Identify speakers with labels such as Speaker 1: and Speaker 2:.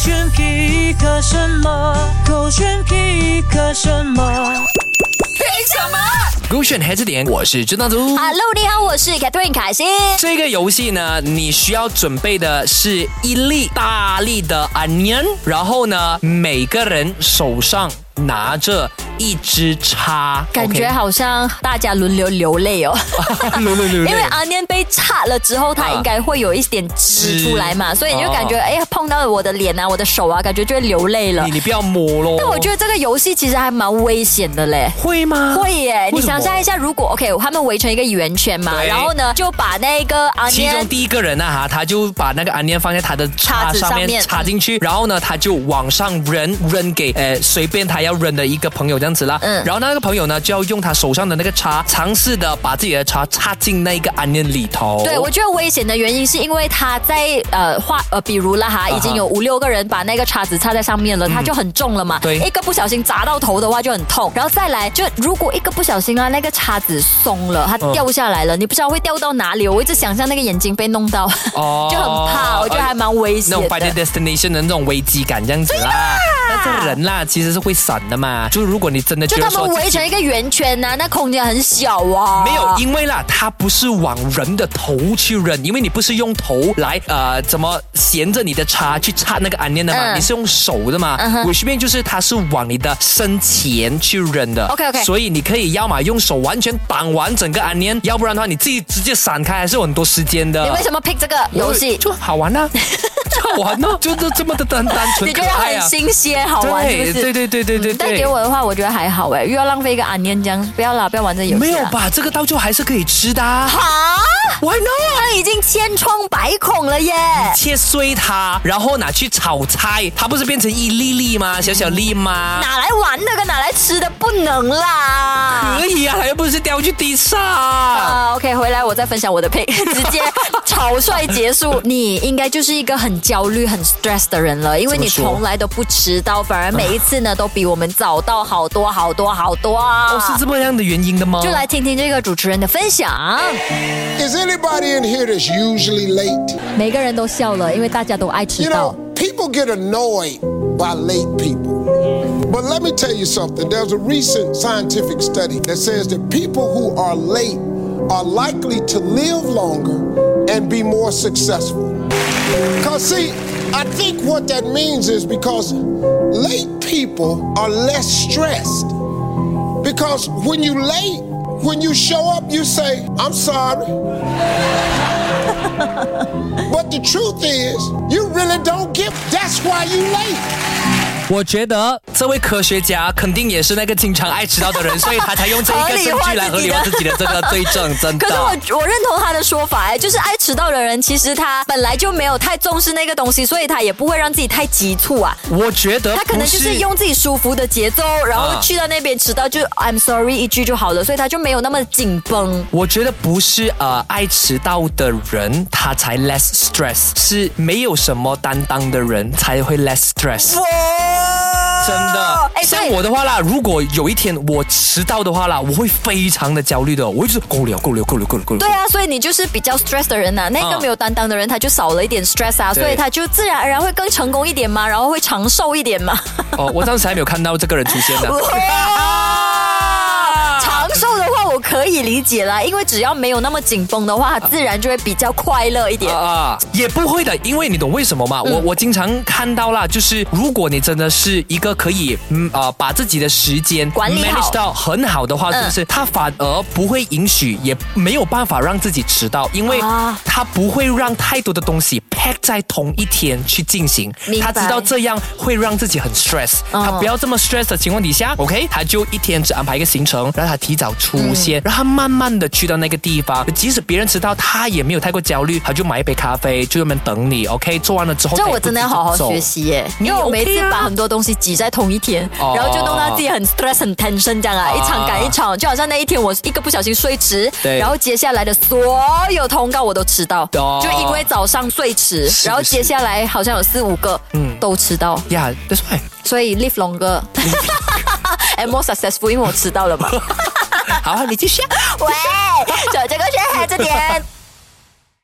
Speaker 1: 选皮克什么？狗选皮克什么？
Speaker 2: 勾选黑字典，我是朱大祖。
Speaker 3: Hello，你好，我是 Catherine 凯欣。
Speaker 2: 这个游戏呢，你需要准备的是一粒大粒的 onion，然后呢，每个人手上拿着一支叉，
Speaker 3: 感觉
Speaker 2: OK？
Speaker 3: 好像大家轮流流泪哦，
Speaker 2: 对对对
Speaker 3: 因为
Speaker 2: 对。
Speaker 3: 阿念被擦了之后，它应该会有一点汁
Speaker 2: 汁
Speaker 3: 出来嘛，所以你就
Speaker 2: 哦嗯
Speaker 3: 感觉哎呀，碰到了我的脸啊，我的手啊，感觉就会流泪了
Speaker 2: 你。你不要摸咯。
Speaker 3: 但我觉得这个游戏其实还蛮危险的嘞。
Speaker 2: 会吗？
Speaker 3: 会耶，
Speaker 2: 啊为
Speaker 3: 你
Speaker 2: 什么
Speaker 3: 想象一下，如果 OK，他们围成一个圆圈嘛，
Speaker 2: 对
Speaker 3: 然后呢就把那个阿
Speaker 2: 其中
Speaker 3: 念
Speaker 2: 第一个人呢、哈，他就把那个 onion 放在他的
Speaker 3: 叉
Speaker 2: 叉
Speaker 3: 子
Speaker 2: 上
Speaker 3: 上
Speaker 2: 面
Speaker 3: 面
Speaker 2: 插进去，然后呢，他就往上扔，扔给呃随便他要扔的一个朋友这样子啦。
Speaker 3: 嗯
Speaker 2: 然后那个朋友呢，就要用他手上的那个叉，尝试的把自己的叉插进那一个 onion 里头。
Speaker 3: 对，我觉得危险的原因是因为他在呃画呃，比如啦
Speaker 2: 啊
Speaker 3: 哈，已经有五六个人把那个叉子插在上面了，他就很重了嘛。
Speaker 2: 嗯对
Speaker 3: 一个不小心砸到头的话就很痛。然后再来，就如果一个不小心啊，那个叉子松了，它
Speaker 2: 嗯
Speaker 3: 掉下来了，你不知道会掉到哪里。我一直想象那个眼睛被弄到，
Speaker 2: 哦
Speaker 3: 就很怕，我觉得还蛮危险
Speaker 2: 那种 Final
Speaker 3: 的。啊
Speaker 2: Destination 的那种危机感这样子啦。但是人啦，其实是会闪的嘛。就是如果你真的觉
Speaker 3: 就
Speaker 2: 得
Speaker 3: 他
Speaker 2: 说
Speaker 3: 们
Speaker 2: 自己
Speaker 3: 围成一个圆圈呐、那空间很小啊。
Speaker 2: 没有，因为啦，它不是往人的头去扔，因为你不是用头来呃怎么衔着你的叉去插那个 onion 的嘛，
Speaker 3: 嗯
Speaker 2: 你是用手的嘛。
Speaker 3: 嗯哼
Speaker 2: 我随便就是它是往你的身前去扔的。
Speaker 3: OK，OK
Speaker 2: 所以你可以要么用手完全挡完整个 onion，要不然的话你自己直接闪开，还是有很多时间的。哦
Speaker 3: 你为什么 pick 这个游戏？
Speaker 2: 就好 玩呐、就好玩呐、就是这么的单单纯
Speaker 3: 你
Speaker 2: 可
Speaker 3: 觉得
Speaker 2: 爱
Speaker 3: 很
Speaker 2: 啊。
Speaker 3: 新鲜好玩，是不
Speaker 2: 对
Speaker 3: 是？
Speaker 2: 对对对对对对。
Speaker 3: 但给我的话，我觉得还好哎，又要浪费一个安念这样，不要啦，不要玩这游戏。
Speaker 2: 没有？吧？这个到最后还是可以吃的、啊。
Speaker 3: 啊，
Speaker 2: Why not？
Speaker 3: 他已经千疮百孔了耶！
Speaker 2: 切碎它，然后拿去炒菜，它不是变成一粒粒
Speaker 3: 嗯
Speaker 2: 吗？小小粒吗？
Speaker 3: 哪来玩的跟哪来吃的不能啦。
Speaker 2: 可以啊，它又不是掉去地上。
Speaker 3: 啊、o k 回来我再分享我的配， 直接草率结束。你应该就是一个很焦虑、很 stress 的人了，因为你
Speaker 2: 怎么说
Speaker 3: 从来都不迟到，反而每一次呢都比我们早到好多好多好多啊！
Speaker 2: 哦，是这么样的原因的吗？
Speaker 3: 就来听听这个主持人的分享。
Speaker 2: 哎
Speaker 4: Is anybody in here that's usually late?
Speaker 3: 每个人都笑了，因为大家都爱迟
Speaker 4: You
Speaker 3: 到。
Speaker 4: know, people get annoyed by late people. But let me tell you something. There's a recent scientific study that says that people who are late are likely to live longer and be more successful. Because, see, I think what that means is because late people are less stressed. Because when you late, when you show up, you say, I'm sorry. But the truth is, you really don't give. That's why you late.
Speaker 2: 我觉得这位科学家肯定也是那个经常爱迟到的人，所以他才用这一个证据来合理化自己的这个罪证，真
Speaker 3: 可是
Speaker 2: 的。
Speaker 3: 我我认同他的说法，哎，就是爱迟到的人，其实他本来就没有太重视那个东西，所以他也不会让自己太急促啊。
Speaker 2: 我觉得
Speaker 3: 他可能
Speaker 2: 不
Speaker 3: 就是用自己舒服的节奏，然后
Speaker 2: 啊
Speaker 3: 去到那边迟到就 I'm sorry 一句就好了，所以他就没有那么紧绷。
Speaker 2: 我觉得不是呃爱迟到的人他才 less stress，是没有什么担当的人才会 less stress。真的，
Speaker 3: 哎
Speaker 2: 像
Speaker 3: 对
Speaker 2: 我的话啦，如果有一天我迟到的话啦，我会非常的焦虑的，我会就是够了，够了，够了，够了，够了。
Speaker 3: 对啊，所以你就是比较 stress 的人呐、那
Speaker 2: 啊
Speaker 3: 个没有担当的人，他就少了一点 stress 啊，
Speaker 2: 对
Speaker 3: 所以他就自然而然会更成功一点嘛，然后会长寿一点 嘛。
Speaker 2: 哦，我暂时还没有看到这个人出现呢。啊
Speaker 3: 长寿的话，我可以理解啦，因为只要没有那么紧绷的话，它自然就会比较快乐一点。
Speaker 2: 啊，也不会的，因为你懂为什么吗？
Speaker 3: 嗯
Speaker 2: 我我经常看到啦，就是如果你真的是一个可以嗯啊、呃把自己的时间
Speaker 3: 管理好
Speaker 2: manage 到很好的话，
Speaker 3: 嗯
Speaker 2: 是不是？他反而不会允许，也没有办法让自己迟到，因为
Speaker 3: 啊
Speaker 2: 他不会让太多的东西 pack 在同一天去进行
Speaker 3: 明。
Speaker 2: 他
Speaker 3: 白
Speaker 2: 知道这样会让自己很 stress，、他
Speaker 3: 嗯
Speaker 2: 不要这么 stress 的情况底下，OK，他就一天只安排一个行程，让他提早出
Speaker 3: 嗯
Speaker 2: 现，让他慢慢的去到那个地方，即使别人迟到，他也没有太过焦虑，他就买一杯咖啡，就在那边等你，OK，做完了之后，
Speaker 3: 这我真的要好好学。习耶，
Speaker 2: 你
Speaker 3: 因为我每
Speaker 2: OK
Speaker 3: 次
Speaker 2: 啊
Speaker 3: 把很多东西挤在同一天，
Speaker 2: 哦
Speaker 3: 然后就弄到自己很 stress 很 tension 这样啊，
Speaker 2: 啊
Speaker 3: 一场赶一场，就好像那一天我一个不小心睡迟，
Speaker 2: 对
Speaker 3: 然后接下来的所有通告我都迟到，
Speaker 2: 哦
Speaker 3: 就因为早上睡迟，
Speaker 2: 是嗯
Speaker 3: 然后接下来好像有四五个都迟到，
Speaker 2: 呀，That's why。
Speaker 3: 所以 live longer 。and more successful，因为我迟到了嘛。
Speaker 2: 啊好，你继续。
Speaker 3: 喂，走这个圈孩子点。